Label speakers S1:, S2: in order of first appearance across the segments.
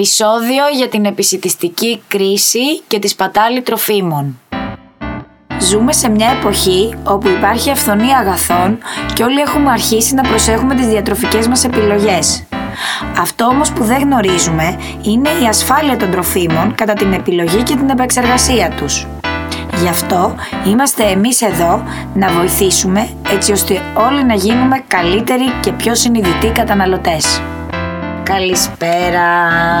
S1: Επισόδιο για την επισητιστική κρίση και τη σπατάλη τροφίμων. Ζούμε σε μια εποχή όπου υπάρχει αυθονία αγαθών και όλοι έχουμε αρχίσει να προσέχουμε τις διατροφικές μας επιλογές. Αυτό όμως που δεν γνωρίζουμε είναι η ασφάλεια των τροφίμων κατά την επιλογή και την επεξεργασία τους. Γι' αυτό είμαστε εμείς εδώ να βοηθήσουμε έτσι ώστε όλοι να γίνουμε καλύτεροι και πιο συνειδητοί καταναλωτές. Καλησπέρα.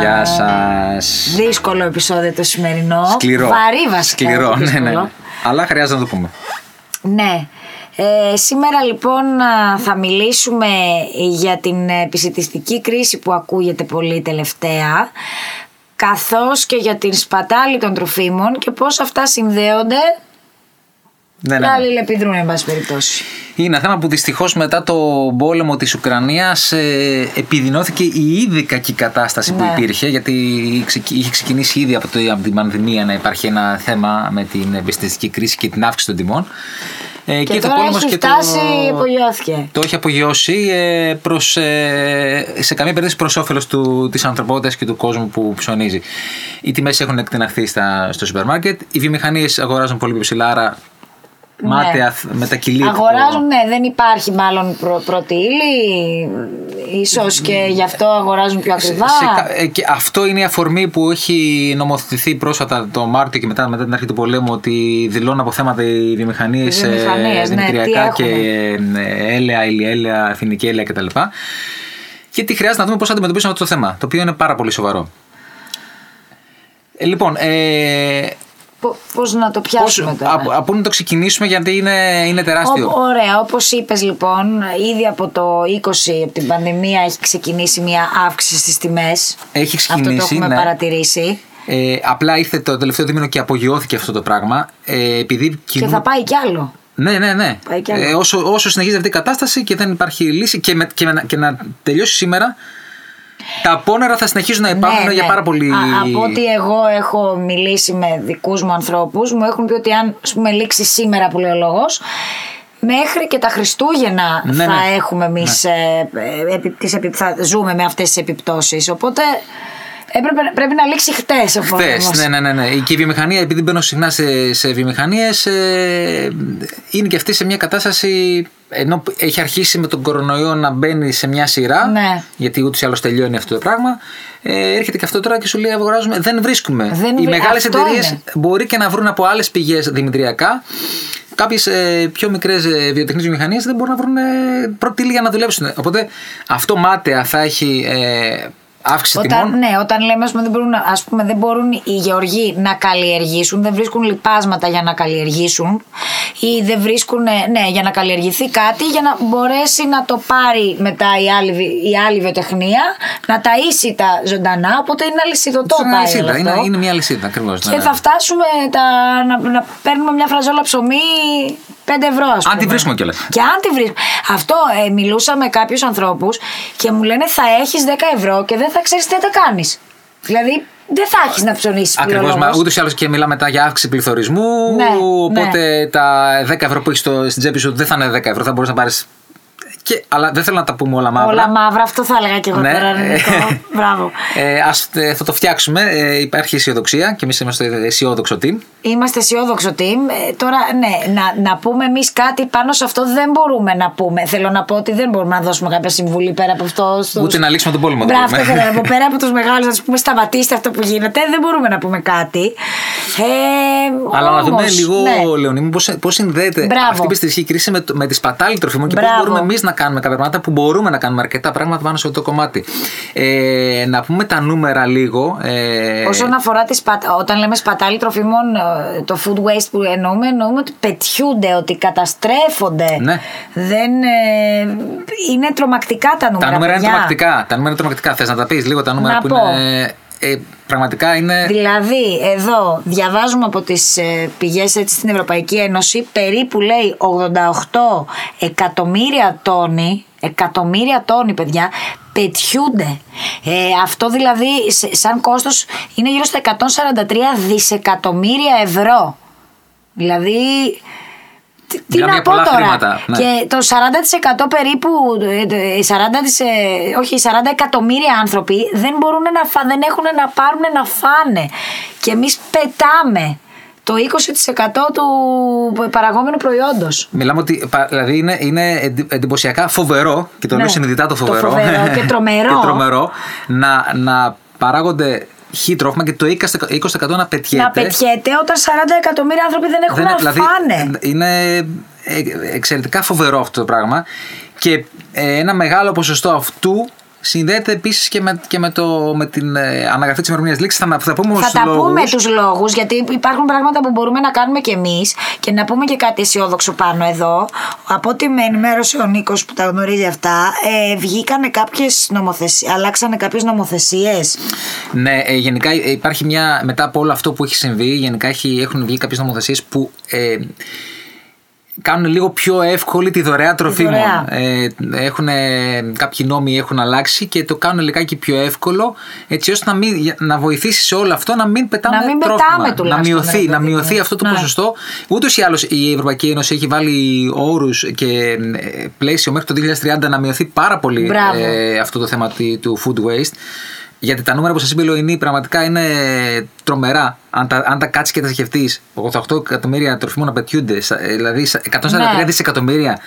S1: Ε,
S2: Γεια σας.
S1: Δύσκολο επεισόδιο το σημερινό.
S2: Σκληρό.
S1: Βαρύ βασικά.
S2: Σκληρό,
S1: όχι
S2: ναι, ναι.
S1: δύσκολο.
S2: Αλλά χρειάζεται να το πούμε.
S1: Ναι. Ε, σήμερα λοιπόν α, θα μιλήσουμε για την επισητιστική κρίση που ακούγεται πολύ τελευταία καθώς και για την σπατάλη των τροφίμων και πώς αυτά συνδέονται
S2: Ναι,
S1: και
S2: ναι.
S1: αλληλεπιδρούν εν πάση περιπτώσει.
S2: Είναι ένα θέμα που δυστυχώς μετά το πόλεμο της Ουκρανίας ε, επιδεινώθηκε η ήδη κακή κατάσταση που
S1: Ναι.
S2: υπήρχε, γιατί ξεκι- είχε ξεκινήσει ήδη από, το, από την πανδημία να υπάρχει ένα θέμα με την εμπιστευτική κρίση και την αύξηση των τιμών. Ε,
S1: Και, τώρα
S2: πόλεμος
S1: έχει φτάσει, υπογειώθηκε.
S2: το έχει απογειώσει ε, προς, ε, σε καμία περίπτωση προς όφελος της ανθρωπότητας και του κόσμου που ψωνίζει. Οι τιμές έχουν εκτεναχθεί στα, στο σούπερ μάρκετ. Οι βιομηχανίες αγοράζουν πολύ πιο ψηλά, άρα
S1: Ναι.
S2: μάταια θ- μετακυλείται. το-
S1: Αγοράζουν, ναι, δεν υπάρχει μάλλον πρω, πρώτη ύλη, ίσως και γι' αυτό αγοράζουν πιο ακριβά.
S2: σε κα- ε, και αυτό είναι η αφορμή που έχει νομοθετηθεί πρόσφατα το Μάρτιο και μετά, μετά την αρχή του πολέμου ότι δηλώνουν από θέματα οι βιομηχανίες
S1: Οι βιομηχανίες, ναι,
S2: δημητριακά
S1: τι
S2: και ε, έλαια, ηλιέλαια, εθνική έλαια κτλ. Γιατί χρειάζεται να δούμε πώς θα αντιμετωπίσουμε αυτό το θέμα, το οποίο είναι πάρα πολύ σοβαρό. Ε, λοιπόν, ε,
S1: Πο- Πώς να το
S2: πώς,
S1: πιάσουμε τώρα.
S2: από, από πού να το ξεκινήσουμε γιατί είναι, είναι τεράστιο.
S1: Ω- ωραία, όπως είπες λοιπόν, ήδη από το 20, από την πανδημία, έχει ξεκινήσει μια αύξηση στις τιμές. Αυτό
S2: Έχει ξεκινήσει.
S1: το έχουμε
S2: ναι.
S1: παρατηρήσει.
S2: Ε, απλά ήρθε το τελευταίο δίμηνο και απογειώθηκε αυτό το πράγμα. Ε, επειδή
S1: Και
S2: κινούν-
S1: θα πάει κι άλλο.
S2: Ναι, ναι, ναι.
S1: Πάει κι άλλο.
S2: Ε, όσο, όσο συνεχίζεται αυτή η κατάσταση και δεν υπάρχει λύση και, με, και, με- και να τελειώσει σήμερα, τα απόνερα θα συνεχίζουν να υπάρχουν
S1: Ναι,
S2: για
S1: ναι.
S2: πάρα πολύ.
S1: Α, από ό,τι εγώ έχω μιλήσει με δικούς μου ανθρώπους, μου έχουν πει ότι αν ας πούμε, λήξει σήμερα που λέει ο λόγος, μέχρι και τα Χριστούγεννα
S2: Ναι,
S1: θα
S2: ναι.
S1: έχουμε εμείς, ε, ε, επι- τις επι- θα ζούμε με αυτές τις επιπτώσεις. Οπότε έπρεπε, πρέπει να λήξει χτες ο
S2: Χθες,
S1: πόλεμος.
S2: ναι, ναι, ναι, ναι. Και η βιομηχανία, επειδή μπαίνω συχνά σε, σε βιομηχανίες, είναι και αυτή σε μια κατάσταση. Ενώ έχει αρχίσει με τον κορονοϊό να μπαίνει σε μια σειρά,
S1: Ναι.
S2: γιατί ούτως ή άλλως τελειώνει αυτό το πράγμα, ε, έρχεται και αυτό τώρα και σου λέει: Αγοράζουμε. Δεν βρίσκουμε.
S1: Δεν
S2: Οι
S1: βρι-
S2: μεγάλες
S1: αυτό
S2: εταιρείες
S1: είναι.
S2: μπορεί και να βρουν από άλλες πηγές δημητριακά. Κάποιες πιο μικρές βιοτεχνίε βιομηχανίες δεν μπορούν να βρουν ε, πρώτη ύλη για να δουλέψουν. Οπότε αυτό μάταια θα έχει ε, αύξηση τιμών.
S1: Όταν, ναι, όταν λέμε ας πούμε, δεν μπορούν, να- ας πούμε, δεν μπορούν οι γεωργοί να καλλιεργήσουν, δεν βρίσκουν λιπάσματα για να καλλιεργήσουν ή δεν βρίσκουν, ε, ναι, για να καλλιεργηθεί κάτι για να μπορέσει να το πάρει μετά η άλλη, βι- η άλλη βιοτεχνία, να ταΐσει τα ζωντανά, οπότε είναι αλυσιδωτό
S2: είναι,
S1: πάει όλο
S2: λυσίδα,
S1: αυτό.
S2: είναι, είναι μια ναι, λυσίδα ακριβώς.
S1: Και θα φτάσουμε τα, να, να παίρνουμε μια φραζόλα ψωμί 5 ευρώ, ας
S2: Αν
S1: πούμε.
S2: τη βρίσκουμε κιόλας.
S1: Και αν τη βρίσκουμε. Αυτό ε, μιλούσα με κάποιους ανθρώπους και μου λένε θα έχεις 10 ευρώ και δεν θα ξέρεις τι θα τα κάνεις. Δηλαδή δεν θα έχεις να ψωνίσεις
S2: Ακριβώ. Ούτως ή άλλως και μιλάμε μετά για αύξηση πληθωρισμού.
S1: Ναι,
S2: οπότε τα 10 ευρώ που έχεις στην τσέπη σου δεν θα είναι 10 ευρώ, θα μπορείς να πάρεις. Και, αλλά δεν θέλω να τα πούμε όλα μαύρα.
S1: Όλα μαύρα, αυτό θα έλεγα και εγώ
S2: Ναι.
S1: τώρα. Νικό. Μπράβο.
S2: Ε, ας, ε, θα το φτιάξουμε. Ε, υπάρχει αισιοδοξία και εμείς είμαστε αισιόδοξο team.
S1: Είμαστε αισιόδοξο team. Ε, τώρα, ναι, να, να πούμε εμείς κάτι πάνω σε αυτό δεν μπορούμε να πούμε. Θέλω να πω ότι δεν μπορούμε να δώσουμε κάποια συμβουλή πέρα από αυτό. στους-
S2: Ούτε να λήξουμε τον πόλεμο. δεν
S1: Μπράβο,
S2: μπορούμε.
S1: αυτό ήθελα να πω. Πέρα από τους μεγάλους, να του πούμε σταματήστε αυτό που γίνεται, δεν μπορούμε να πούμε κάτι. Ε,
S2: Αλλά να δούμε
S1: όμως,
S2: λίγο,
S1: ναι.
S2: Λεωνίμη, πώ συνδέεται
S1: Μπράβο.
S2: αυτή η πιστιστική κρίση με, το- με τη σπατάλη τροφίμων και πώς
S1: Μπράβο.
S2: μπορούμε εμείς να κάνουμε κάποια πράγματα που μπορούμε να κάνουμε αρκετά πράγματα πάνω σε αυτό το κομμάτι. Ε, να πούμε τα νούμερα λίγο. Ε,
S1: Όσον αφορά τη σπατα... όταν λέμε σπατάλη τροφίμων, ε, το food waste που εννοούμε, εννοούμε ότι πετιούνται, ότι καταστρέφονται.
S2: Ναι.
S1: Δεν, ε, είναι τρομακτικά τα νούμερα.
S2: τα νούμερα είναι
S1: παιδιά.
S2: τρομακτικά. Τα νούμερα είναι τρομακτικά. Θες να τα πεις λίγο τα νούμερα
S1: Να
S2: που
S1: πω.
S2: είναι. ε, πραγματικά είναι.
S1: Δηλαδή, εδώ διαβάζουμε από τις ε, πηγές έτσι στην Ευρωπαϊκή Ένωση περίπου λέει 88 εκατομμύρια τόνοι, εκατομμύρια τόνοι παιδιά, πετιούνται. Ε, αυτό δηλαδή σε- σαν κόστος είναι γύρω στα 143 δισεκατομμύρια ευρώ. Δηλαδή Τι- Τι
S2: Μιλάμε
S1: να
S2: για
S1: πω
S2: πολλά
S1: τώρα.
S2: χρήματα, ναι.
S1: Και Ε, το 40% περίπου, ε, 40, της, ε, όχι 40 εκατομμύρια άνθρωποι δεν μπορούν να φά, δεν έχουν να πάρουν να φάνε. Και εμείς πετάμε το 20% του παραγόμενου προϊόντος.
S2: Μιλάμε ότι πα- δηλαδή είναι, είναι εντι- εντυπωσιακά φοβερό και το
S1: Ναι.
S2: λέω συνειδητά το
S1: Το
S2: φοβερό.
S1: φοβερό και τρομερό.
S2: και τρομερό να, να παράγονται χι τρόφιμα και το 20% να πετιέται.
S1: Να πετιέται όταν 40 εκατομμύρια άνθρωποι δεν έχουν
S2: Δεν
S1: να
S2: είναι- δηλαδή,
S1: φάνε.
S2: Είναι ε, εξαιρετικά φοβερό αυτό το πράγμα. Και ε, ένα μεγάλο ποσοστό αυτού συνδέεται επίσης και, με, και με, το, με την ε, αναγραφή της ημερομηνίας λήξης. Θα, θα πούμε
S1: Θα
S2: όμως
S1: τα
S2: λόγους.
S1: πούμε τους λόγους, γιατί υπάρχουν πράγματα που μπορούμε να κάνουμε κι εμείς και να πούμε και κάτι αισιόδοξο πάνω εδώ. Από ό,τι με ενημέρωσε ο Νίκος που τα γνωρίζει αυτά, ε, βγήκανε κάποιες νομοθεσίε, αλλάξανε κάποιες νομοθεσίες.
S2: Ναι, ε, γενικά ε, υπάρχει μια. Μετά από όλο αυτό που έχει συμβεί, γενικά έχει, έχουν βγει κάποιες νομοθεσίες που ε, κάνουν λίγο πιο εύκολη τη δωρεά τροφίμων.
S1: δωρεά.
S2: Ε, έχουν, ε, κάποιοι νόμοι έχουν αλλάξει και το κάνουν λιγάκι πιο εύκολο, έτσι ώστε να, μην, για- να βοηθήσει σε όλο αυτό να μην πετάμε
S1: Να μην
S2: τρόφιμα.
S1: πετάμε
S2: να
S1: τουλάχιστον, ρε
S2: μειωθεί,
S1: παιδί
S2: να
S1: μου.
S2: μειωθεί αυτό το
S1: Ναι.
S2: ποσοστό. Ούτως ή άλλως η Ευρωπαϊκή Ένωση έχει βάλει όρους και ε, πλαίσιο μέχρι το 2030 να μειωθεί πάρα πολύ
S1: Μπράβο.
S2: ε, αυτό το θέμα τη- του food waste. Γιατί τα νούμερα που σας είπε η Λοϊνή πραγματικά είναι τρομερά. Αν τα, αν τα κάτσεις και τα σκεφτείς, 88 εκατομμύρια τροφίμων απαιτούνται, σα- ε, δηλαδή σα- 143
S1: Ναι.
S2: δισεκατομμύρια.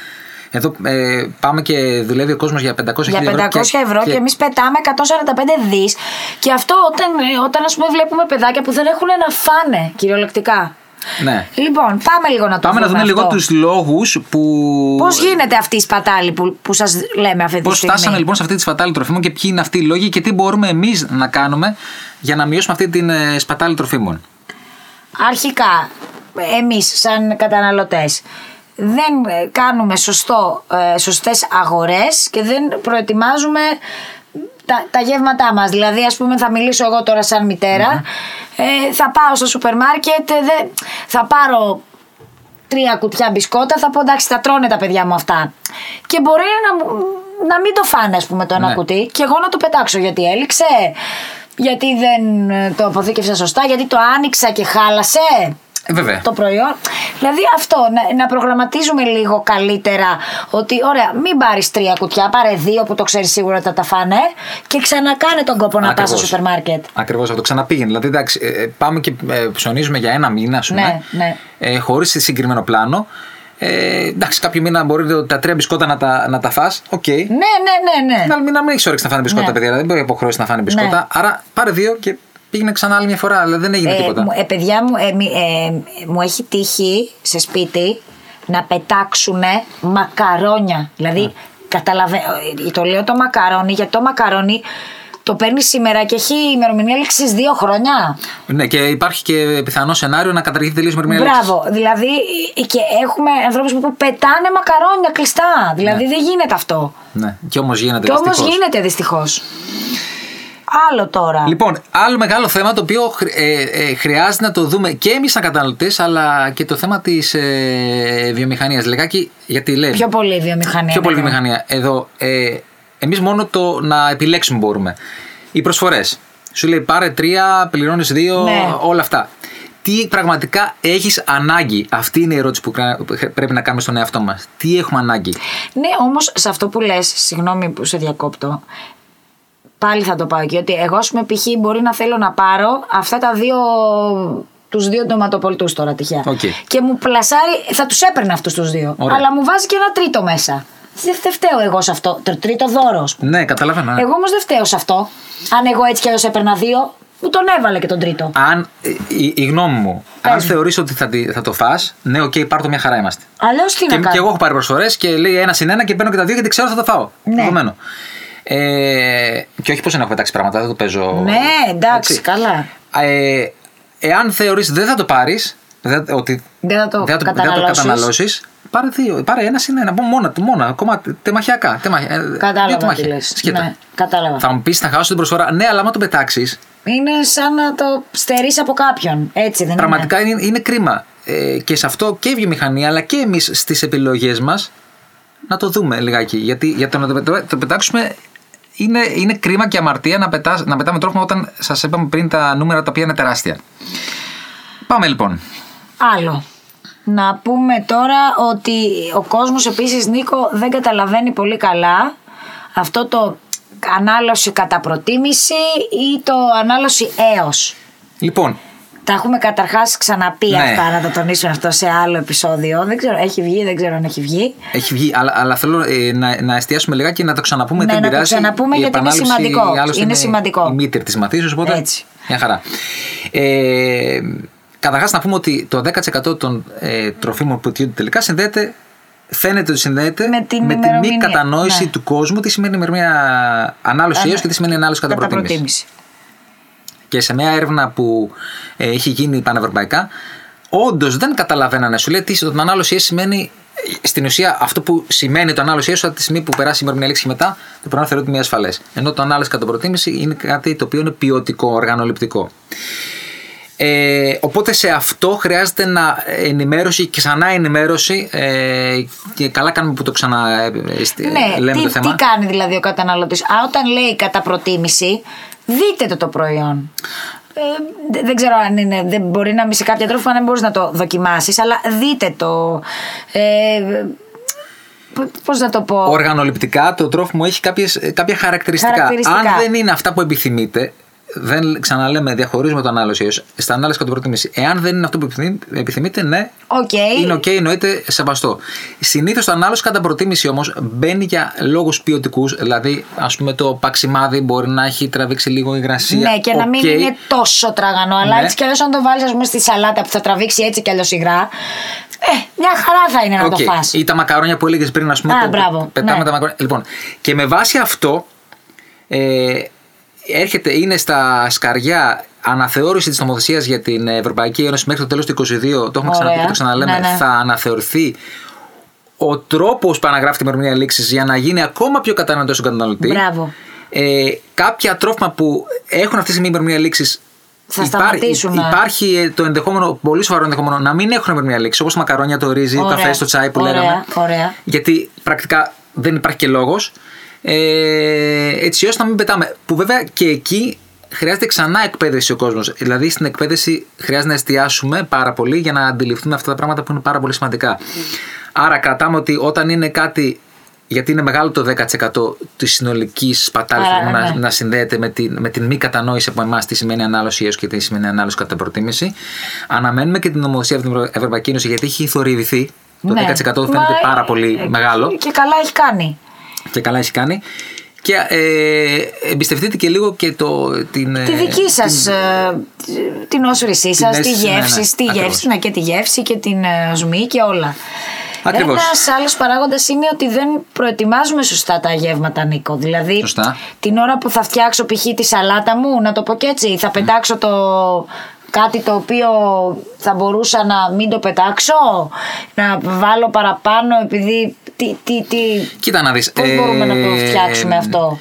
S2: Εδώ ε, πάμε και δουλεύει ο κόσμος για 500
S1: Για 500 ευρώ και,
S2: και-
S1: εμείς πετάμε 145 δις. Και αυτό όταν, ε, όταν ας πούμε, βλέπουμε παιδάκια που δεν έχουν να φάνε, κυριολεκτικά.
S2: Ναι.
S1: Λοιπόν, πάμε λίγο να το
S2: Πάμε να δούμε λίγο τους λόγους που.
S1: Πώς γίνεται αυτή η σπατάλη που, που σας λέμε αυτή τη
S2: Πώς
S1: στιγμή.
S2: φτάσαμε λοιπόν σε αυτή τη σπατάλη τροφίμων και ποιοι είναι αυτοί οι λόγοι και τι μπορούμε εμείς να κάνουμε για να μειώσουμε αυτή την ε, σπατάλη τροφίμων.
S1: αρχικά εμείς σαν καταναλωτές δεν ε, κάνουμε σωστό, ε, σωστές αγορές και δεν προετοιμάζουμε τα, τα γεύματά μας. Δηλαδή ας πούμε θα μιλήσω εγώ τώρα σαν μητερα ε, θα πάω στο σούπερ μάρκετ, ε, δεν- θα πάρω τρία κουτιά μπισκότα, θα πω εντάξει, τα τρώνε τα παιδιά μου αυτά. Και μπορεί να, μου- να μην το φάνε, ας πούμε, το ένα
S2: Ναι.
S1: κουτί, και εγώ να το πετάξω γιατί έληξε, γιατί δεν ε, το αποθήκευσα σωστά, γιατί το άνοιξα και χάλασε
S2: Ε, βέβαια.
S1: το προϊόν. Δηλαδή αυτό, να, να προγραμματίζουμε λίγο καλύτερα ότι ωραία, μην πάρεις τρία κουτιά, πάρε δύο που το ξέρεις σίγουρα ότι θα τα φάνε και ξανακάνε τον κόπο να πας στο
S2: Ακριβώς.
S1: σούπερ μάρκετ.
S2: Ακριβώ αυτό. Ξαναπήγαινε. Δηλαδή, εντάξει, ε, ε, πάμε και ε, ψωνίζουμε για ένα μήνα, ας πούμε.
S1: Ναι, ναι.
S2: Ε, Χωρίς συγκεκριμένο πλάνο. Ε, εντάξει, κάποιο μήνα μπορεί τα τρία μπισκότα να τα, να τα φας, Οκ.
S1: Ναι, ναι, ναι, ναι.
S2: Να, μην, να μην έχεις όρεξη να φάνε μπισκότα,
S1: Ναι.
S2: παιδιά. Δηλαδή, δεν μπορεί να υποχρεώσει να φάνε μπισκότα.
S1: Ναι.
S2: Άρα, πάρε δύο και πήγαινε ξανά άλλη μια φορά. Δηλαδή, δεν έγινε
S1: Ε,
S2: τίποτα.
S1: μου- Ε, παιδιά μου, ε, μη- ε, ε, μου έχει τύχει σε σπίτι να πετάξουν μακαρόνια.
S2: Ναι.
S1: Δηλαδή, καταλαβαίνω, το λέω το μακαρόνι, γιατί το μακαρόνι το παίρνει σήμερα και έχει ημερομηνία λήξη δύο χρόνια.
S2: Ναι, και υπάρχει και πιθανό σενάριο να καταργηθεί τελείως με ερμηνεία λέξης.
S1: Μπράβο. Δηλαδή, ε, και έχουμε ανθρώπους που πετάνε μακαρόνια κλειστά. Δηλαδή, δεν γίνεται αυτό.
S2: Ναι, και όμως γίνεται.
S1: Και όμως
S2: δυστυχώς.
S1: γίνεται δυστυχώς. Άλλο τώρα.
S2: Λοιπόν, άλλο μεγάλο θέμα το οποίο χρ- ε, ε, χρειάζεται να το δούμε και εμείς σαν καταναλωτές, αλλά και το θέμα της ε, βιομηχανίας. Λεγάκι, γιατί λέει.
S1: πιο πολύ η βιομηχανία. ναι,
S2: πιο πολύ
S1: βέβαια.
S2: βιομηχανία. Εδώ, ε, εμείς μόνο το να επιλέξουμε μπορούμε. Οι προσφορές. Σου λέει πάρε τρία, πληρώνεις δύο,
S1: Ναι.
S2: όλα αυτά. Τι πραγματικά έχεις ανάγκη, αυτή είναι η ερώτηση που κρα- πρέπει να κάνουμε στον εαυτό μας. Τι έχουμε ανάγκη.
S1: Ναι, όμως σε αυτό που λες, συγγνώμη που σε διακόπτω, πάλι θα το πάω εκεί, ότι εγώ σου με π.χ. μπορεί να θέλω να πάρω αυτά τα δύο τους δύο ντοματοπολτούς τώρα τυχαία.
S2: Οκ.
S1: Και μου πλασάρει, θα τους έπαιρνα αυτούς τους δύο.
S2: Ωραία.
S1: Αλλά μου βάζει και ένα τρίτο μέσα. Δεν δεν φταίω εγώ σε αυτό. Το τρίτο δώρο, ας πούμε.
S2: Ναι, καταλαβαίνω. ναι.
S1: Εγώ όμως δεν φταίω σε αυτό. Αν εγώ έτσι κι αλλιώς έπαιρνα δύο, μου τον έβαλε και τον τρίτο.
S2: Αν, ε, η, η γνώμη μου,
S1: Πες
S2: αν
S1: μου.
S2: θεωρείς ότι θα, τη- θα το φας, ναι, οκ, πάρ' το μια χαρά είμαστε.
S1: Αλλιώς τι
S2: Και,
S1: να κάνω.
S2: και εγώ έχω πάρει προσφορές και λέει ένα συν ένα και παίρνω και τα δύο γιατί ξέρω ότι θα τα φάω.
S1: Ναι.
S2: Δεδομένο. Ε, και όχι πως να έχω πετάξει πράγματα, δεν το παίζω.
S1: Ναι, εντάξει,
S2: έτσι.
S1: καλά.
S2: Ε, εάν θεωρείς δεν θα το πάρεις, ότι
S1: Δεν θα το καταναλώσεις.
S2: καταναλώσεις, πάρε, δύο, πάρε ένα συν ένα. Μόνο του, μόνο. Ακόμα τεμαχιακά. τεμαχια- ε, δύο
S1: Κατάλαβα τι
S2: τεμαχια-
S1: λες.
S2: σκέτα.
S1: Ναι, κατάλαβα.
S2: Θα μου πεις να χάσω την προσφορά. Ναι, αλλά άμα το πετάξεις,
S1: Είναι σαν να το στερείς από κάποιον. Έτσι δεν είναι.
S2: Πραγματικά είναι, είναι κρίμα. Ε, και σε αυτό και η βιομηχανία, αλλά και εμείς στις επιλογές μας να το δούμε λιγάκι. Γιατί για το να το, πετω- το πετάξουμε είναι, είναι κρίμα και αμαρτία να, πετάς, να πετάμε τρόφιμα όταν σας είπαμε πριν τα νούμερα τα οποία είναι τεράστια. Πάμε λοιπόν.
S1: Άλλο. Να πούμε τώρα ότι ο κόσμος επίσης Νίκο δεν καταλαβαίνει πολύ καλά αυτό το ανάλωση κατά προτίμηση ή το ανάλωση έως.
S2: Λοιπόν,
S1: Τα έχουμε καταρχάς ξαναπεί
S2: Ναι.
S1: αυτά να το τονίσουμε αυτό σε άλλο επεισόδιο. Δεν ξέρω, έχει βγει, δεν ξέρω αν έχει βγει.
S2: έχει βγει, αλλά, αλλά θέλω ε, να, να εστιάσουμε λιγάκι και να το ξαναπούμε.
S1: Ναι,
S2: δεν
S1: να το
S2: πειράζει.
S1: ξαναπούμε,
S2: Η
S1: γιατί είναι
S2: επανάληψη,
S1: σημαντικό.
S2: άλλωστε,
S1: Είναι σημαντικό.
S2: Η μήτρη της μαθήσεως, οπότε.
S1: Έτσι.
S2: Μια χαρά. Ε, Καταρχάς, να πούμε ότι το 10% των ε, τροφίμων που αιτιούνται τελικά συνδέεται, φαίνεται ότι συνδέεται
S1: Με την
S2: μη
S1: ημερομηνία,
S2: κατανόηση
S1: ναι. Ε,
S2: του κόσμου τι σημαίνει ημερομηνία ανάλωση
S1: Ανά-
S2: έως και τι σημαίνει ανάλωση κατά, προτίμηση. Και σε μια έρευνα που ε, έχει γίνει πανευρωπαϊκά, όντως δεν καταλαβαίνανε. Σου λέει τι το ανάλωση έσω σημαίνει. ε, Στην ουσία, αυτό που σημαίνει το ανάλωση έσω από τη στιγμή που περάσει η ημερομηνία λήξη και μετά, το πρόγραμμα θεωρείται μη ασφαλές. Ενώ το ανάλωση κατά προτίμηση είναι κάτι το οποίο είναι ποιοτικό, οργανοληπτικό. Ε, οπότε σε αυτό χρειάζεται να ενημέρωση και ξανά ενημέρωση ε, και καλά κάνουμε που το ξανα ε, ε,
S1: Ναι,
S2: λέμε
S1: τι,
S2: το θέμα.
S1: τι κάνει δηλαδή ο καταναλωτής. Α, όταν λέει κατά προτίμηση, δείτε το το προϊόν. Ε, δε- δεν ξέρω αν είναι, δεν μπορεί να μη σε κάποια τρόφιμα δεν μπορείς να το δοκιμάσεις, αλλά δείτε το. Ε, π- πώς να το πω.
S2: Οργανοληπτικά το τρόφιμο έχει κάποιες, ε, κάποια χαρακτηριστικά.
S1: Χαρακτηριστικά.
S2: Αν δεν είναι αυτά που επιθυμείτε, δεν ξαναλέμε, διαχωρίζουμε το ανάλωση έως στα ανάλυση κατά προτίμηση. Εάν δεν είναι αυτό που επιθυμεί- επιθυμείτε, ναι,
S1: Οκ.
S2: είναι οκ, εννοείται σεβαστό. Συνήθως το ανάλωση κατά προτίμηση όμως μπαίνει για λόγους ποιοτικούς, δηλαδή ας πούμε το παξιμάδι μπορεί να έχει τραβήξει λίγο υγρασία.
S1: Ναι, και να μην
S2: οκ.
S1: είναι τόσο τραγανό. Αλλά
S2: Ναι.
S1: έτσι κι αλλιώς, αν το βάλεις, ας πούμε, στη σαλάτα που θα τραβήξει έτσι κι αλλιώς υγρά. Ε, μια χαρά θα είναι να το
S2: Οκ.
S1: φας.
S2: Ή τα μακαρόνια που έλεγες πριν, ας πούμε.
S1: Α,
S2: που-
S1: μπράβο.
S2: που Πετάμε
S1: Ναι.
S2: τα μακαρόνια. Λοιπόν, και με βάση αυτό ε, έρχεται, είναι στα σκαριά αναθεώρηση της νομοθεσίας για την Ευρωπαϊκή Ένωση μέχρι το τέλος του 2022. Το έχουμε ξαναπεί και
S1: Ωραία.
S2: το ξαναλέμε.
S1: Ναι, ναι.
S2: Θα αναθεωρηθεί ο τρόπος που αναγράφει τη ημερομηνία λήξης για να γίνει ακόμα πιο κατανοητό στον καταναλωτή.
S1: Μπράβο.
S2: Ε, κάποια τρόφιμα που έχουν αυτή τη στιγμή ημερομηνία λήξης
S1: Θα σταματήσουν, ναι.
S2: Υπάρχει ε, το ενδεχόμενο, πολύ σοβαρό ενδεχόμενο, να μην έχουν ημερομηνία λήξης, όπως τα μακαρόνια, το ρύζι, το
S1: Ωραία.
S2: καφέ, το τσάι που
S1: Ωραία,
S2: λέγαμε.
S1: ωραία.
S2: Γιατί πρακτικά δεν υπάρχει και λόγος. Ε, έτσι ώστε να μην πετάμε. Που βέβαια και εκεί χρειάζεται ξανά εκπαίδευση ο κόσμος. Δηλαδή στην εκπαίδευση χρειάζεται να εστιάσουμε πάρα πολύ για να αντιληφθούμε αυτά τα πράγματα που είναι πάρα πολύ σημαντικά. Άρα κρατάμε ότι όταν είναι κάτι. Γιατί είναι μεγάλο το 10% της συνολικής σπατάλης
S1: Άρα,
S2: που να,
S1: ναι.
S2: να συνδέεται με την, με την μη κατανόηση από εμάς τι σημαίνει ανάλωση έως και τι σημαίνει ανάλωση κατά προτίμηση. Αναμένουμε και την νομοθεσία από την Ευρω- Ευρωπαϊκή Ένωση γιατί έχει θορυβηθεί. Το
S1: Ναι.
S2: 10% φαίνεται
S1: Μα,
S2: πάρα πολύ
S1: ε,
S2: μεγάλο
S1: Και καλά έχει κάνει.
S2: και καλά έχει κάνει. Και ε, εμπιστευτείτε και λίγο και το, την. ε,
S1: Τη δική σας, ε, την όσουρησή σας, τη
S2: αίσθηση, ναι, ναι,
S1: γεύση, τη
S2: ακριβώς.
S1: γεύση, ναι, και τη γεύση και την ε, ζουμί και όλα.
S2: Ακριβώς.
S1: Ένας άλλος παράγοντας είναι ότι δεν προετοιμάζουμε σωστά τα γεύματα, Νίκο. Δηλαδή,
S2: Σωστά.
S1: την ώρα που θα φτιάξω π.χ. τη σαλάτα μου, να το πω και έτσι, θα πετάξω το κάτι το οποίο θα μπορούσα να μην το πετάξω, να βάλω παραπάνω επειδή. Τι, τι, τι,
S2: Κοίτα να δεις.
S1: Πώς μπορούμε να το
S2: ε,
S1: φτιάξουμε αυτό.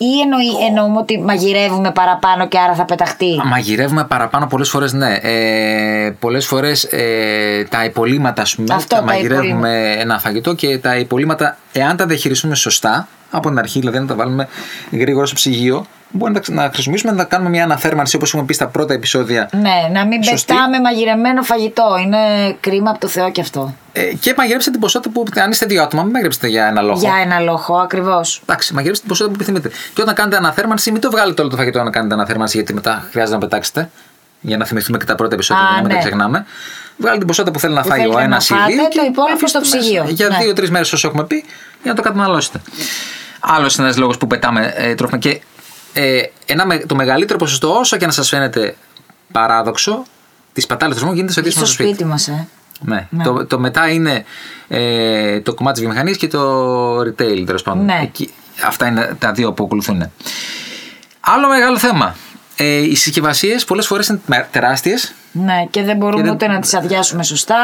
S1: Ή εννοεί, εννοούμε ότι μαγειρεύουμε παραπάνω και άρα θα πεταχτεί.
S2: Μαγειρεύουμε παραπάνω πολλές φορές, ναι. Ε, πολλές φορές ε, τα υπολείμματα, ας πούμε,
S1: Αυτό,
S2: τα
S1: τα
S2: μαγειρεύουμε ένα φαγητό και τα υπολείμματα, εάν τα διαχειριστούμε σωστά από την αρχή, δηλαδή να τα βάλουμε γρήγορα στο ψυγείο, μπορεί να τα, να χρησιμοποιήσουμε να τα κάνουμε μια αναθέρμανση όπως έχουμε πει στα πρώτα επεισόδια.
S1: Ναι, να μην
S2: Σωστή.
S1: πετάμε μαγειρεμένο φαγητό. Είναι κρίμα από το Θεό και αυτό.
S2: Ε, και μαγειρέψτε την ποσότητα που, αν είστε δύο άτομα, μην μαγειρέψετε για ένα λόγο.
S1: Για ένα λόγο, ακριβώς.
S2: Εντάξει, μαγειρέψτε την ποσότητα που επιθυμείτε. Και όταν κάνετε αναθέρμανση, μην το βγάλετε όλο το φαγητό να κάνετε αναθέρμανση, γιατί μετά χρειάζεται να πετάξετε. Για να θυμηθούμε και τα πρώτα επεισόδια,
S1: Α,
S2: για να μην τα
S1: ναι.
S2: ξεχνάμε. Βγάλετε την ποσότητα που θέλει να
S1: Που
S2: φάει ο
S1: θέλετε να
S2: ένας ή
S1: φάτε,
S2: δύο.
S1: το υπόλοιπο
S2: αφήστε
S1: στο
S2: το μέσα.
S1: ψυγείο.
S2: Για
S1: Ναι.
S2: δύο-τρει μέρες, όσο έχουμε πει, για να το καταναλώσετε. Άλλο ένας λόγος που πετάμε ε, τρόφιμα. Και ε, ένα, με- το μεγαλύτερο ποσοστό, όσο και να σας φαίνεται παράδοξο, της πατάλης τροφίμων γίνεται σε
S1: Στο
S2: στο σπίτι.
S1: σπίτι μας, ε.
S2: Ναι.
S1: Ναι.
S2: Το, το μετά είναι ε, το κομμάτι της βιομηχανίας και το retail τέλος πάντων.
S1: Ναι.
S2: Εκεί- αυτά είναι τα δύο που ακολουθούν. ναι. Άλλο μεγάλο θέμα. Ε, οι συσκευασίες πολλές φορές είναι τεράστιες.
S1: Ναι, και δεν μπορούμε
S2: Και δεν-
S1: ούτε να τις αδειάσουμε σωστά,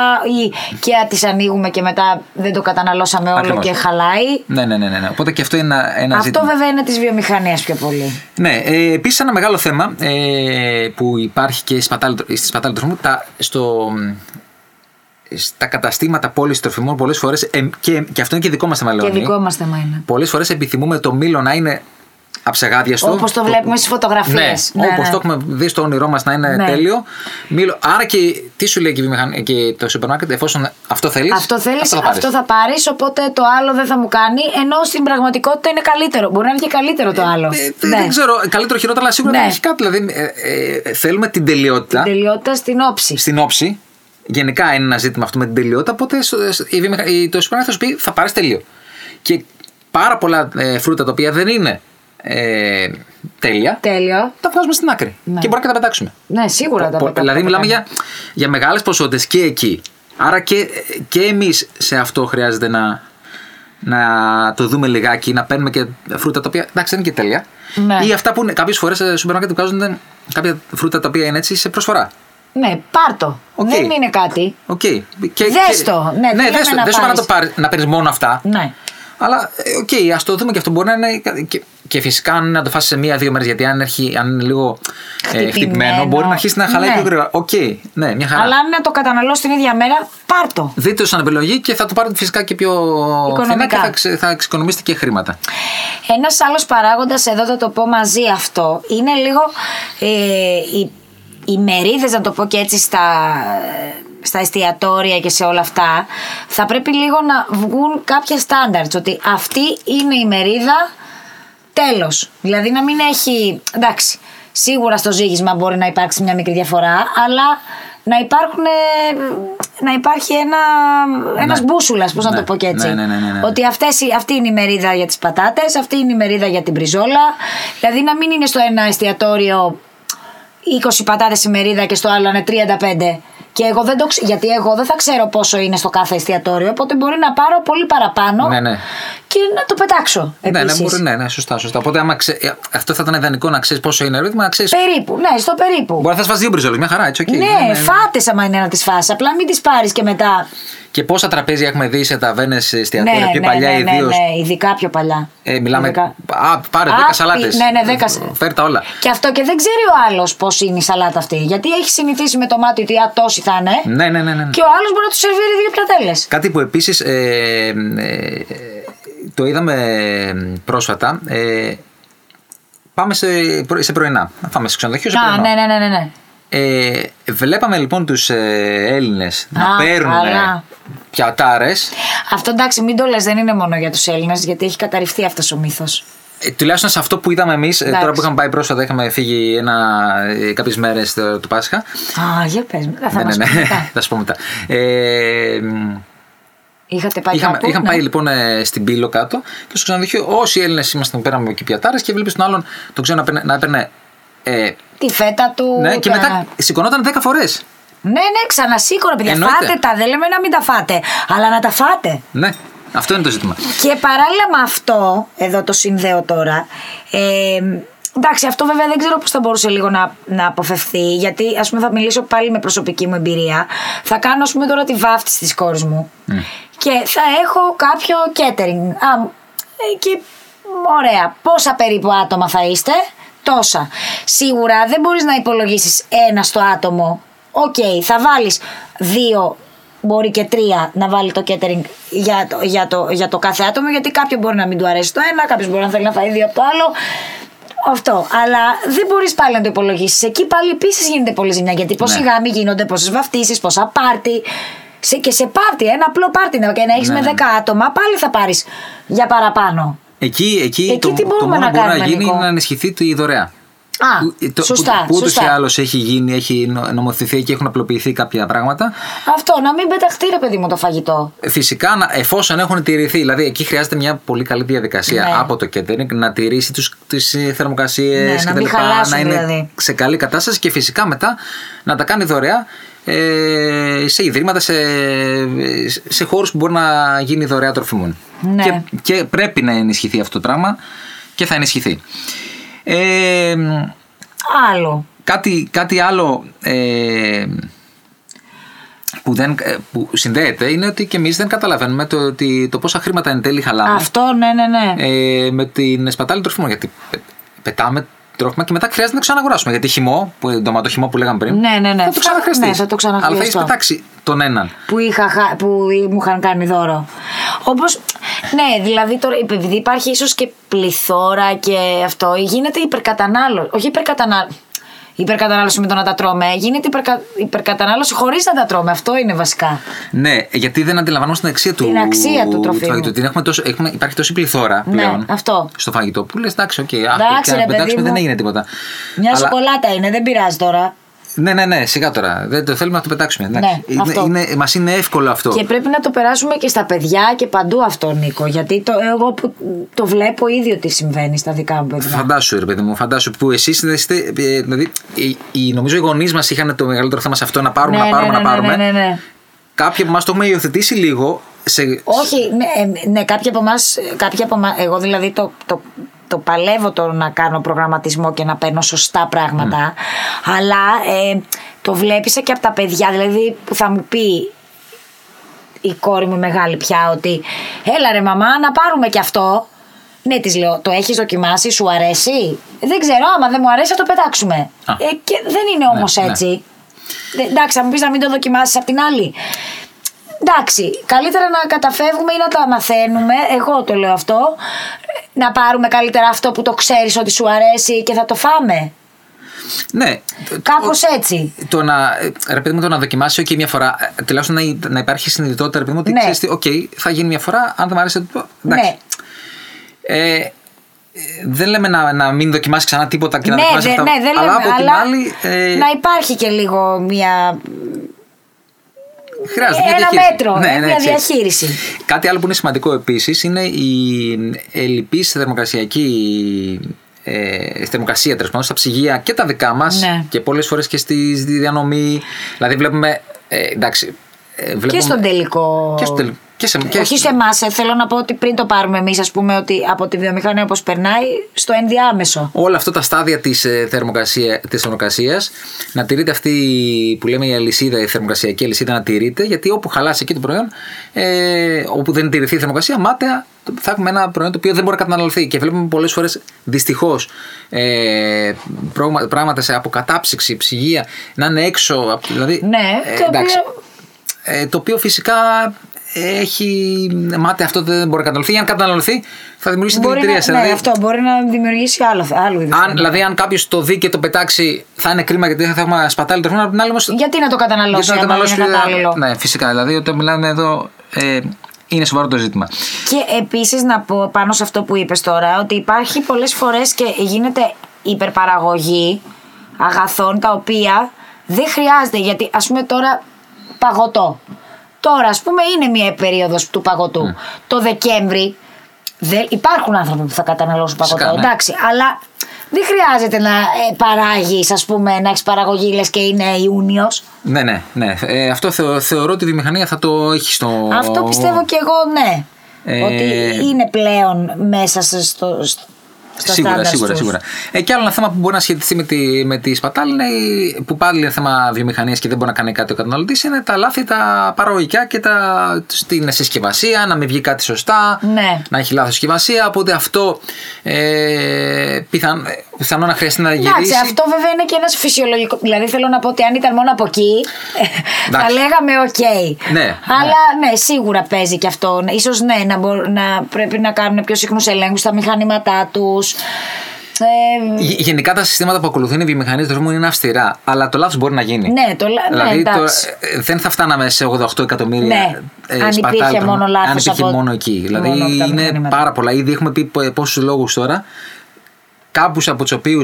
S1: ή και τις ανοίγουμε και μετά δεν το καταναλώσαμε όλο
S2: Ακριβώς.
S1: και χαλάει.
S2: Ναι, ναι, ναι, ναι, ναι. Οπότε και αυτό είναι ένα, ένα
S1: αυτό
S2: ζήτημα.
S1: βέβαια είναι της βιομηχανίας πιο πολύ.
S2: Ναι, ε, επίσης ένα μεγάλο θέμα ε, που υπάρχει και στη σπατάλη, στη σπατάλη τροφίμων, τα, στο, στα καταστήματα πώληση τροφιμών πολλές φορές. και, και αυτό είναι και δικό μας θέμα, ναι.
S1: Και
S2: Λεωνί.
S1: δικό μας θέμα είναι.
S2: Πολλές φορές επιθυμούμε το μήλο να είναι αψεγάδια στο.
S1: Όπως το βλέπουμε στις φωτογραφίες.
S2: Ναι, όπω το έχουμε δει στο όνειρό μας να είναι
S1: Ναι.
S2: τέλειο. Μίλω, άρα και τι σου λέει και, η βιομηχανία- και το σούπερ μάρκετ, εφόσον αυτό θέλεις.
S1: Αυτό θέλεις,
S2: αυτό θα πάρεις.
S1: αυτό θα πάρεις, οπότε το άλλο δεν θα μου κάνει. Ενώ στην πραγματικότητα είναι καλύτερο. Μπορεί να είναι και καλύτερο το άλλο.
S2: Ε, δεν- Δεν ξέρω, καλύτερο χειρότερο, αλλά σίγουρα
S1: Ναι.
S2: δεν έχει κάτι. Δηλαδή, ε, ε, θέλουμε την τελειότητα
S1: Την τελειότητα στην όψη.
S2: στην όψη. Γενικά είναι ένα ζήτημα αυτό με την τελειότητα. Οπότε στο- στο- η βιομηχα- η- το σούπερ μάρκετ θα σου πει θα πάρεις τελείω. Και πάρα πολλά ε, φρούτα τα οποία δεν είναι ε, τέλεια,
S1: Τέλειο.
S2: τα βγάζουμε στην άκρη.
S1: Ναι.
S2: Και μπορεί και να τα πετάξουμε.
S1: Ναι, σίγουρα τα
S2: Πο-
S1: πετάμε.
S2: δηλαδή, μιλάμε για, για μεγάλες ποσότητες και εκεί. Άρα και, και εμείς σε αυτό χρειάζεται να, να το δούμε λιγάκι, να παίρνουμε και φρούτα τα οποία. εντάξει, δεν είναι και τέλεια.
S1: Ναι.
S2: Ή αυτά που κάποιες φορές σε ε, σούπερ μάρκετ βγάζουν κάποια φρούτα τα οποία είναι έτσι σε προσφορά.
S1: Ναι, πάρτο.
S2: Οκ.
S1: Δεν είναι κάτι.
S2: Οκ. Και- Και,
S1: Δες το. Ναι, θέλαμε
S2: δες το.
S1: να
S2: Δεν σου είπα να,
S1: πάρεις.
S2: το πάρεις- να παίρνεις μόνο αυτά.
S1: Ναι.
S2: Αλλά ε, οκ, ας το δούμε και αυτό. Μπορεί να είναι. Και, και φυσικά αν είναι να το φάσει σε μία-δύο μέρες, γιατί αν, έρχει, αν είναι λίγο ε,
S1: Χτυπημένο.
S2: χτυπημένο, μπορεί να αρχίσει να χαλάει
S1: Ναι.
S2: πιο γρήγορα. Οκ, ναι, μια χαρά.
S1: Αλλά αν να το καταναλώσει την ίδια μέρα, πάρτο.
S2: Δείτε το σαν επιλογή και θα το πάρετε φυσικά και πιο
S1: Οικονομικά.
S2: φθηνά και θα, ξε, θα εξοικονομήσετε και χρήματα.
S1: Ένας άλλος παράγοντας, εδώ θα το πω μαζί αυτό, είναι λίγο ε, οι, οι μερίδες, να το πω και έτσι, στα, στα εστιατόρια και σε όλα αυτά. Θα πρέπει λίγο να βγουν κάποια στάνταρτ. Ότι αυτή είναι η μερίδα, τέλος. Δηλαδή να μην έχει. Εντάξει, σίγουρα στο ζύγισμα μπορεί να υπάρξει μια μικρή διαφορά, αλλά να, υπάρχουν, ε, να υπάρχει ένα, ένας
S2: Ναι.
S1: μπούσουλας, πώς να
S2: Ναι.
S1: το πω και έτσι.
S2: Ναι, ναι, ναι, ναι, ναι.
S1: Ότι αυτές, οι- αυτή είναι η μερίδα για τις πατάτες, αυτή είναι η μερίδα για την μπριζόλα. Δηλαδή να μην είναι στο ένα εστιατόριο 20 πατάτες η μερίδα και στο άλλο είναι 35. Και εγώ δεν το ξε- γιατί εγώ δεν θα ξέρω πόσο είναι στο κάθε εστιατόριο, οπότε μπορεί να πάρω πολύ παραπάνω
S2: Ναι, ναι.
S1: και να το πετάξω.
S2: Ναι, ναι,
S1: επίσης.
S2: μπορεί, ναι, ναι, σωστά, σωστά. Οπότε άμα ξε, ε, αυτό θα ήταν ιδανικό να ξέρεις πόσο είναι ρύθμα, να ξέρεις.
S1: Περίπου, ναι, στο περίπου.
S2: Μπορεί να θες φας δύο μπριζόλες, μια χαρά, έτσι, οκ.
S1: ναι, φάτες άμα είναι να τις φάσει. Απλά μην τις πάρεις και μετά.
S2: Και πόσα τραπέζια έχουμε δει σε ταβέρνες εστιατόρια,
S1: ναι,
S2: πιο
S1: ναι,
S2: παλιά
S1: ναι, ναι,
S2: ιδίως.
S1: ναι, ειδικά πιο παλιά.
S2: Ε, μιλάμε.
S1: Ειδικά.
S2: Α, πάρε 10
S1: Α,
S2: σαλάτες.
S1: ναι, ναι, δέκα σ-
S2: Φέρ τα όλα.
S1: Και αυτό και δεν ξέρει ο άλλος πώς είναι η σαλάτα αυτή. Γιατί έχει συνηθίσει με το μάτι ότι α, τόση θα είναι.
S2: Ναι, ναι, ναι. ναι.
S1: Και ο άλλος μπορεί να τους σερβίρει δύο πλατέλες.
S2: Κάτι που επίσης ε, ε, το είδαμε πρόσφατα. ε, πάμε σε, πρω- σε πρωινά. Να Πάμε σε ξενοδοχείο, σε
S1: Α,
S2: πρωινό.
S1: ναι, ναι, ναι, ναι, ναι.
S2: Ε, βλέπαμε λοιπόν τους ε, Έλληνες να
S1: Α,
S2: παίρνουν
S1: καλά.
S2: πιατάρες.
S1: Αυτό εντάξει, μην το λες, δεν είναι μόνο για τους Έλληνες, γιατί έχει καταρριφθεί αυτός ο μύθος.
S2: Ε, τουλάχιστον σε αυτό που είδαμε εμείς, ε, τώρα
S1: Εντάξει.
S2: που είχαμε πάει πρόσφατα, είχαμε φύγει ένα, ε, κάποιες μέρες το- του Πάσχα.
S1: Α, για πες. Θα
S2: Ναι,
S1: μας
S2: ναι, ναι.
S1: πεις μετά.
S2: θα σου πω μετά. Ε, μ,
S1: Είχατε πάει
S2: Είχαμε,
S1: κάπου.
S2: είχαμε
S1: ναι.
S2: πάει λοιπόν ε, στην πύλο κάτω και στο ξενοδοχείο όσοι Έλληνες ήμασταν πέραμε εκεί πιατάρες και βλέπεις τον άλλον τον ξένο να παίρνε. Να έπαιρνε, ε,
S1: Τη φέτα του.
S2: ναι, και
S1: τα-
S2: μετά σηκωνόταν 10 φορές.
S1: Ναι, ναι, ξανασήκωρα, παιδιά.
S2: Εννοείται.
S1: Φάτε τα. Δεν λέμε να μην τα φάτε, αλλά να τα φάτε.
S2: Ναι, αυτό είναι το ζήτημα.
S1: Και παράλληλα με αυτό, εδώ το συνδέω τώρα. Ε, εντάξει, αυτό βέβαια δεν ξέρω πώς θα μπορούσε λίγο να, να αποφευθεί, γιατί ας πούμε θα μιλήσω πάλι με προσωπική μου εμπειρία. Θα κάνω ας πούμε τώρα τη βάφτιση τη κόρη μου. Και θα έχω κάποιο catering. Α, ε, και ωραία. Πόσα περίπου άτομα θα είστε, τόσα. Σίγουρα δεν μπορείς να υπολογίσεις ένα στο άτομο. Οκ, θα βάλεις δύο μπορεί και τρία να βάλει το catering για το, για το, για το κάθε άτομο, γιατί κάποιον μπορεί να μην του αρέσει το ένα, κάποιος μπορεί να θέλει να φάει δύο από το άλλο. Αυτό. Αλλά δεν μπορείς πάλι να το υπολογίσεις. Εκεί πάλι επίσης γίνεται πολλή ζημιά. Γιατί πόσοι
S2: Ναι.
S1: γάμοι γίνονται, πόσες βαφτίσεις, πόσα πάρτι. Σε, και σε πάρτι, ένα απλό πάρτι να, και να έχεις
S2: Ναι,
S1: με
S2: ναι.
S1: 10 άτομα, πάλι θα πάρεις για παραπάνω.
S2: Εκεί, εκεί,
S1: Εκεί
S2: το,
S1: τι
S2: το
S1: μπορούμε
S2: μόνο
S1: να
S2: που μπορεί να
S1: κάνουμε,
S2: γίνει
S1: Νικό?
S2: είναι να ενισχυθεί τη δωρεά.
S1: Α,
S2: Που- ε, το-
S1: σωστά.
S2: που, που ούτως ή
S1: σωστά.
S2: άλλως έχει γίνει, έχει νο- νομοθετηθεί και έχουν απλοποιηθεί κάποια πράγματα.
S1: Αυτό, να μην πεταχτεί ρε παιδί μου το φαγητό.
S2: Φυσικά, να- εφόσον έχουν τηρηθεί, δηλαδή εκεί χρειάζεται μια πολύ καλή διαδικασία
S1: Ναι.
S2: από το catering να τηρήσει τους, τις ε, θερμοκρασίες
S1: Ναι, να
S2: και τα
S1: μην
S2: λοιπά,
S1: χαλάσουν
S2: να είναι
S1: δηλαδή.
S2: σε καλή κατάσταση και φυσικά μετά να τα κάνει δωρεά ε, σε ιδρύματα, σε, σε χώρους που μπορεί να γίνει δωρεά τροφιμών.
S1: Ναι.
S2: Και, και πρέπει να ενισχυθεί αυτό το πράγμα και θα ενισχυθεί. Ε,
S1: Άλλο.
S2: κάτι, κάτι άλλο ε, που, δεν, ε, που συνδέεται είναι ότι και εμείς δεν καταλαβαίνουμε το, ότι, το πόσα χρήματα εν τέλει χαλάμε
S1: Αυτό, ναι, ναι, ναι.
S2: ε, με την σπατάλη τροφίμων. Γιατί πε- πετάμε τρόφιμα και μετά χρειάζεται να το ξαναγοράσουμε. Γιατί χυμό, που, ντοματοχυμό που λέγαμε πριν.
S1: Ναι, ναι, ναι.
S2: Θα το ξαναχρειαστείς.
S1: Ναι, θα το
S2: Αλλά θα έχει
S1: ξαναχρειαστώ.
S2: πετάξει τον έναν.
S1: που, είχα, χα- που μου είχαν κάνει δώρο. Όπως. Ναι, δηλαδή τώρα επειδή υπάρχει ίσως και πληθώρα και αυτό, γίνεται υπερκατανάλωση. Όχι υπερκατανάλωση. Υπερκατανάλωση με το να τα τρώμε. Γίνεται υπερκα... υπερκατανάλωση χωρίς να τα τρώμε. Αυτό είναι βασικά.
S2: Ναι, γιατί δεν αντιλαμβανόμαστε την αξία του,
S1: Την αξία του τροφίμου.
S2: φαγητού. Την έχουμε τόσο, έχουμε, υπάρχει τόση πληθώρα
S1: Ναι,
S2: πλέον
S1: αυτό.
S2: στο φαγητό που λες, εντάξει, οκ, okay,
S1: Εντάξει, ρε, παιδί
S2: πετάξουμε, δεν
S1: μου.
S2: έγινε τίποτα.
S1: Μιας
S2: Αλλά-
S1: σοκολάτα είναι, δεν πειράζει τώρα.
S2: Ναι, ναι, ναι, σιγά τώρα. Δεν το θέλουμε να το πετάξουμε.
S1: Ναι, αυτό.
S2: Μας είναι εύκολο αυτό.
S1: Και πρέπει να το περάσουμε και στα παιδιά και παντού αυτό, Νίκο. Γιατί το, εγώ που το βλέπω ήδη ότι συμβαίνει στα δικά μου παιδιά.
S2: Φαντάσου, ρε παιδί μου, φαντάσου που εσείς είστε. ε, Δηλαδή, οι- οι- νομίζω οι γονείς μας είχαν το μεγαλύτερο θέμα σε αυτό να πάρουμε,
S1: Ναι,
S2: να πάρουμε,
S1: ναι, ναι,
S2: να πάρουμε.
S1: ναι, ναι, ναι.
S2: Κάποιοι από εμάς το έχουμε υιοθετήσει λίγο. Σε...
S1: Όχι, ναι, ε, ναι κάποιοι από εμάς, κάποιοι από εμά- εγώ δηλαδή το, το, το παλεύω το να κάνω προγραμματισμό και να παίρνω σωστά πράγματα, αλλά ε, το βλέπεις και από τα παιδιά, δηλαδή που θα μου πει η κόρη μου μεγάλη πια ότι έλα ρε μαμά να πάρουμε και αυτό. Ναι, της λέω, το έχεις δοκιμάσει, σου αρέσει. Δεν ξέρω, άμα δεν μου αρέσει θα το πετάξουμε.
S2: Α.
S1: Ε, και δεν είναι όμως
S2: ναι.
S1: έτσι. Ε, Εντάξει, θα μου πεις να μην το δοκιμάσεις απ' την άλλη. Εντάξει, καλύτερα να καταφεύγουμε ή να τα μαθαίνουμε. Εγώ το λέω αυτό. Να πάρουμε καλύτερα αυτό που το ξέρεις ότι σου αρέσει και θα το φάμε.
S2: Ναι.
S1: Κάπως έτσι.
S2: Το να, ε, ρε παιδί μου, το να δοκιμάσει OK μια φορά, ε, τουλάχιστον να, υ- να υπάρχει συνειδητότητα, ρε παιδί μου, ότι
S1: Ναι.
S2: ξέρεις τι, OK, θα γίνει μια φορά, αν δεν μου αρέσει. θα το πω. Εντάξει.
S1: Ναι.
S2: Ε, ε, δεν λέμε να, να μην δοκιμάσεις ξανά τίποτα και να
S1: ναι,
S2: δοκιμάσεις
S1: δε-
S2: αυτά.
S1: ναι, δεν
S2: αλλά
S1: λέμε,
S2: από την
S1: αλλά
S2: άλλη, ε,
S1: να υπάρχει και λίγο μια,
S2: χρειάζεται μια
S1: Ε, ένα
S2: διαχείριση.
S1: μέτρο,
S2: Ναι, ναι,
S1: μια
S2: έτσι, έτσι.
S1: διαχείριση.
S2: Κάτι άλλο που είναι σημαντικό επίσης είναι η ελλειπή θερμοκρασιακή ε, θερμοκρασία τέλος πάντων στα ψυγεία και τα δικά μας
S1: Ναι.
S2: και πολλές φορές και στη διανομή. Δηλαδή βλέπουμε. Ε, εντάξει. ε, βλέπουμε,
S1: Και στον τελικό.
S2: Και στο τελικό. Και σε, και
S1: Όχι σε εμά. Θέλω να πω ότι πριν το πάρουμε εμείς, ας πούμε, ότι από τη βιομηχανία όπως περνάει, στο ενδιάμεσο.
S2: όλα αυτά τα στάδια της, ε, θερμοκρασία, της θερμοκρασίας να τηρείται αυτή η- που λέμε η αλυσίδα, η θερμοκρασιακή αλυσίδα να τηρείται γιατί όπου χαλάσει εκεί το προϊόν ε, όπου δεν τηρηθεί η θερμοκρασία μάταια θα έχουμε ένα προϊόν το οποίο δεν μπορεί να καταναλωθεί και βλέπουμε πολλές φορές δυστυχώς ε, πρόγμα- πράγματα σε αποκατάψυξη, ψυγεία να είναι έξω απ' τη- δηλαδή,
S1: Ναι,
S2: ε,
S1: το
S2: εντάξει.
S1: οποίο-
S2: Ε, το οποίο φυσικά έχει μάται αυτό δεν μπορεί να καταναλωθεί ή αν καταναλωθεί θα δημιουργήσει Δηλαδή, την
S1: Μπορεί να, ναι, αυτό μπορεί να δημιουργήσει άλλο, άλλο είδους
S2: αν,
S1: θέμα.
S2: δηλαδή, αν κάποιος το δει και το πετάξει, θα είναι κρίμα γιατί θα έχουμε σπατάλη τροφίμων. Απ' την άλλη, όμως.
S1: Γιατί να το καταναλώσει, ε, άμα είναι κατάλληλο.
S2: Ναι, φυσικά. Δηλαδή, όταν μιλάμε εδώ, ε, είναι σοβαρό το ζήτημα.
S1: Και επίσης να πω πάνω σε αυτό που είπες τώρα ότι υπάρχει πολλές φορές και γίνεται υπερπαραγωγή αγαθών τα οποία δεν χρειάζεται γιατί ας πούμε τώρα παγωτό. Τώρα ας πούμε είναι μια περίοδος του παγωτού.
S2: Ναι.
S1: Το Δεκέμβρη δεν- υπάρχουν άνθρωποι που θα καταναλώσουν παγωτό,
S2: Φυσικά, ναι.
S1: εντάξει, αλλά δεν χρειάζεται να ε, παράγεις ας πούμε να έχεις παραγωγή λες και είναι Ιούνιος.
S2: Ναι, ναι, ναι. Ε, αυτό θεω- θεωρώ ότι η βιομηχανία θα το έχει στο.
S1: Αυτό πιστεύω και εγώ, ναι.
S2: Ε,
S1: Ότι είναι πλέον μέσα σε- στο, στο στα
S2: Σίγουρα,
S1: standards
S2: σίγουρα,
S1: τους.
S2: σίγουρα. Ε, και άλλο ένα θέμα που μπορεί να σχετιστεί με τη, με τη σπατάλη, είναι, η- που πάλι είναι θέμα βιομηχανίας και δεν μπορεί να κάνει κάτι ο καταναλωτής, είναι τα λάθη τα παραγωγικά και τα, στην συσκευασία, να μην βγει κάτι σωστά,
S1: Ναι.
S2: να έχει λάθος συσκευασία. Οπότε αυτό ε, πιθαν, πιθανό να χρειαστεί να γυρίσει.
S1: Εντάξει, αυτό βέβαια είναι και ένας φυσιολογικός. Δηλαδή θέλω να πω ότι αν ήταν μόνο από εκεί, θα
S2: Εντάξει.
S1: λέγαμε οκ.
S2: ναι.
S1: Αλλά ναι, σίγουρα παίζει και αυτό. Ίσως ναι, να, μπο- να πρέπει να κάνουν πιο συχνούς ελέγχους στα μηχανήματά τους. Ε,
S2: Γε- Γενικά τα συστήματα που ακολουθούν οι βιομηχανίες τροφίμων είναι αυστηρά, αλλά το λάθος μπορεί να γίνει.
S1: ναι, το λα- ναι,
S2: Δηλαδή το-
S1: εντάξει.
S2: ε, δεν θα φτάναμε σε 88 εκατομμύρια
S1: Ναι. Αν
S2: σπατάλη
S1: υπήρχε
S2: τροφίμων,
S1: μόνο λάθος
S2: Αν υπήρχε
S1: από-
S2: μόνο εκεί. Δηλαδή
S1: μόνο από τα
S2: είναι
S1: μηχανήματα.
S2: πάρα πολλά. Ήδη έχουμε πει πόσους λόγους τώρα. Κάποιους από τους οποίους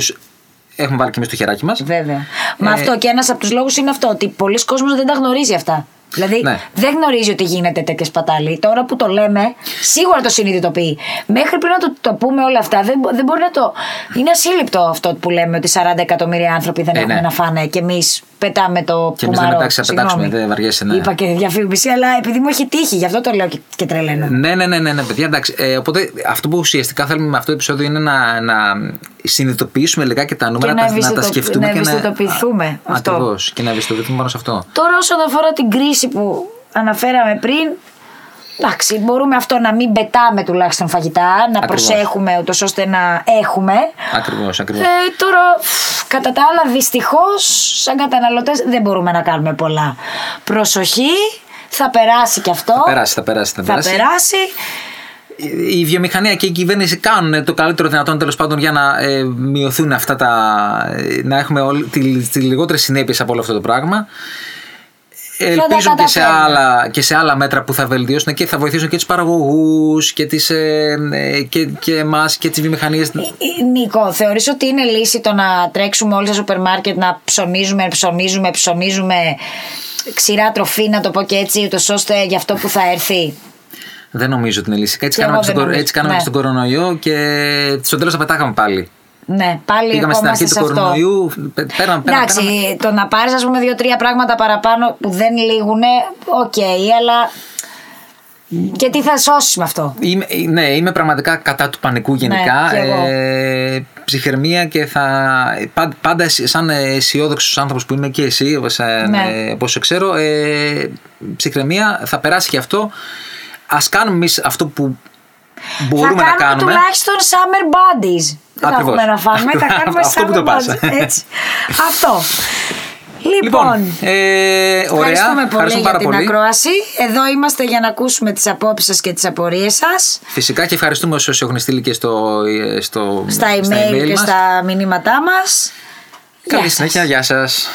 S2: έχουμε βάλει και εμείς το χεράκι μας.
S1: Βέβαια. Μα
S2: Ε,
S1: αυτό και ένας από τους λόγους είναι αυτό, ότι πολλοί κόσμοι δεν τα γνωρίζει αυτά. Δηλαδή
S2: Ναι.
S1: δεν γνωρίζει ότι γίνεται τέτοια σπατάλη. Τώρα που το λέμε, σίγουρα το συνειδητοποιεί. Μέχρι πριν να το, το πούμε όλα αυτά, δεν, μπο- δεν μπορεί να το. Είναι ασύλληπτο αυτό που λέμε ότι 40 εκατομμύρια άνθρωποι δεν
S2: Ε,
S1: έχουν
S2: ναι.
S1: να φάνε και εμείς πετάμε το
S2: Και εμείς
S1: κουμαρό.
S2: λέμε, «Εντάξει, θα πετάξουμε,
S1: Συγγνώμη.
S2: δεν βαριέσαι, ναι».
S1: Είπα και διαφήμιση, αλλά επειδή μου έχει τύχει, γι' αυτό το λέω και, και τρελαίνω.
S2: Ναι, ναι, ναι, ναι, ναι, παιδιά, εντάξει. Ε, οπότε αυτό που ουσιαστικά θέλουμε με αυτό το επεισόδιο είναι να, να συνειδητοποιήσουμε λιγάκι τα νούμερα,
S1: να
S2: τα, να, τα
S1: ευαισθητοποιη-
S2: σκεφτούμε
S1: να
S2: και
S1: ευαισθητοποιηθούμε.
S2: Α,
S1: Αυτό.
S2: ακριβώς. Και να ευαισθητοποιηθούμε πάνω σε αυτό.
S1: Τώρα όσον αφορά την κρίση που αναφέραμε πριν, Εντάξει, μπορούμε αυτό να μην πετάμε τουλάχιστον φαγητά, να
S2: Ακριβώς.
S1: προσέχουμε ούτως ώστε να έχουμε.
S2: Ακριβώς, ακριβώς.
S1: Ε, τώρα, φφ, κατά τα άλλα, δυστυχώς, σαν καταναλωτές δεν μπορούμε να κάνουμε πολλά. Προσοχή, θα περάσει κι αυτό. Θα
S2: Περάσει, θα περάσει, θα
S1: Θα
S2: περάσει.
S1: περάσει.
S2: Η βιομηχανία και η κυβέρνηση κάνουν το καλύτερο δυνατόν τέλος πάντων για να ε, μειωθούν αυτά τα. ε, να έχουμε όλ, τι, τις λιγότερες συνέπειες από όλο αυτό το πράγμα.
S1: τα
S2: Ελπίζουν και σε,
S1: καταφέρουμε.
S2: άλλα, και σε άλλα μέτρα που θα βελτιώσουν και θα βοηθήσουν και τους παραγωγούς και, τις, ε, ε, και, και εμάς και τις βιομηχανίες.
S1: Ε, Νίκο, θεωρείς ότι είναι λύση το να τρέξουμε όλοι στα σούπερ μάρκετ να ψωνίζουμε, ψωνίζουμε, ψωνίζουμε ξηρά τροφή, να το πω και έτσι, ούτως ώστε για αυτό που θα έρθει.
S2: Δεν νομίζω ότι είναι λύση. Έτσι
S1: Και
S2: κάναμε,
S1: εγώ
S2: και
S1: δεν
S2: στον, κορο-
S1: νομίζω.
S2: έτσι κάναμε
S1: Ναι.
S2: και στον κορονοϊό και στο τέλος τα πετάγαμε πάλι.
S1: Ναι, πάλι
S2: Πήγαμε στην αρχή
S1: ερχόμαστε
S2: του
S1: σε αυτό.
S2: κορονοϊού, πέ- πέραμε, πέραμε,
S1: Εντάξει,
S2: πέραμε.
S1: το να πάρεις, ας πούμε, δύο-τρία πράγματα παραπάνω που δεν λήγουν, οκ, αλλά. Και τι θα σώσεις με αυτό.
S2: Είμαι, ναι, είμαι πραγματικά κατά του πανικού γενικά.
S1: κι Ναι, εγώ.
S2: ε, ψυχραιμία και θα. ε, Πάντα, πάντα εσύ- σαν αισιόδοξος άνθρωπος που είμαι και εσύ, σαν,
S1: Ναι.
S2: ε, όπως σε ξέρω, ε, ψυχραιμία θα περάσει και αυτό. Ας κάνουμε εμείς αυτό που μπορούμε
S1: θα
S2: να κάνουμε.
S1: τουλάχιστον summer buddies. Δεν θα
S2: Ακριβώς.
S1: έχουμε να φάμε, θα
S2: Αυτό-
S1: κάνουμε
S2: αυτό που
S1: summer
S2: το πας.
S1: buddies. Έτσι. αυτό.
S2: Λοιπόν,
S1: Λοιπόν,
S2: ε, ωραία.
S1: ευχαριστούμε πολύ
S2: Ευχαριστούμε
S1: για
S2: πάρα
S1: την
S2: πολύ.
S1: ακρόαση. Εδώ είμαστε για να ακούσουμε τις απόψεις σας και τις απορίες σας.
S2: Φυσικά και ευχαριστούμε όσου έχουν στείλει και στο, ε, στο,
S1: Στα email, και
S2: μας.
S1: στα μηνύματά μας.
S2: Καλή
S1: Γεια σας.
S2: συνέχεια, γεια σας.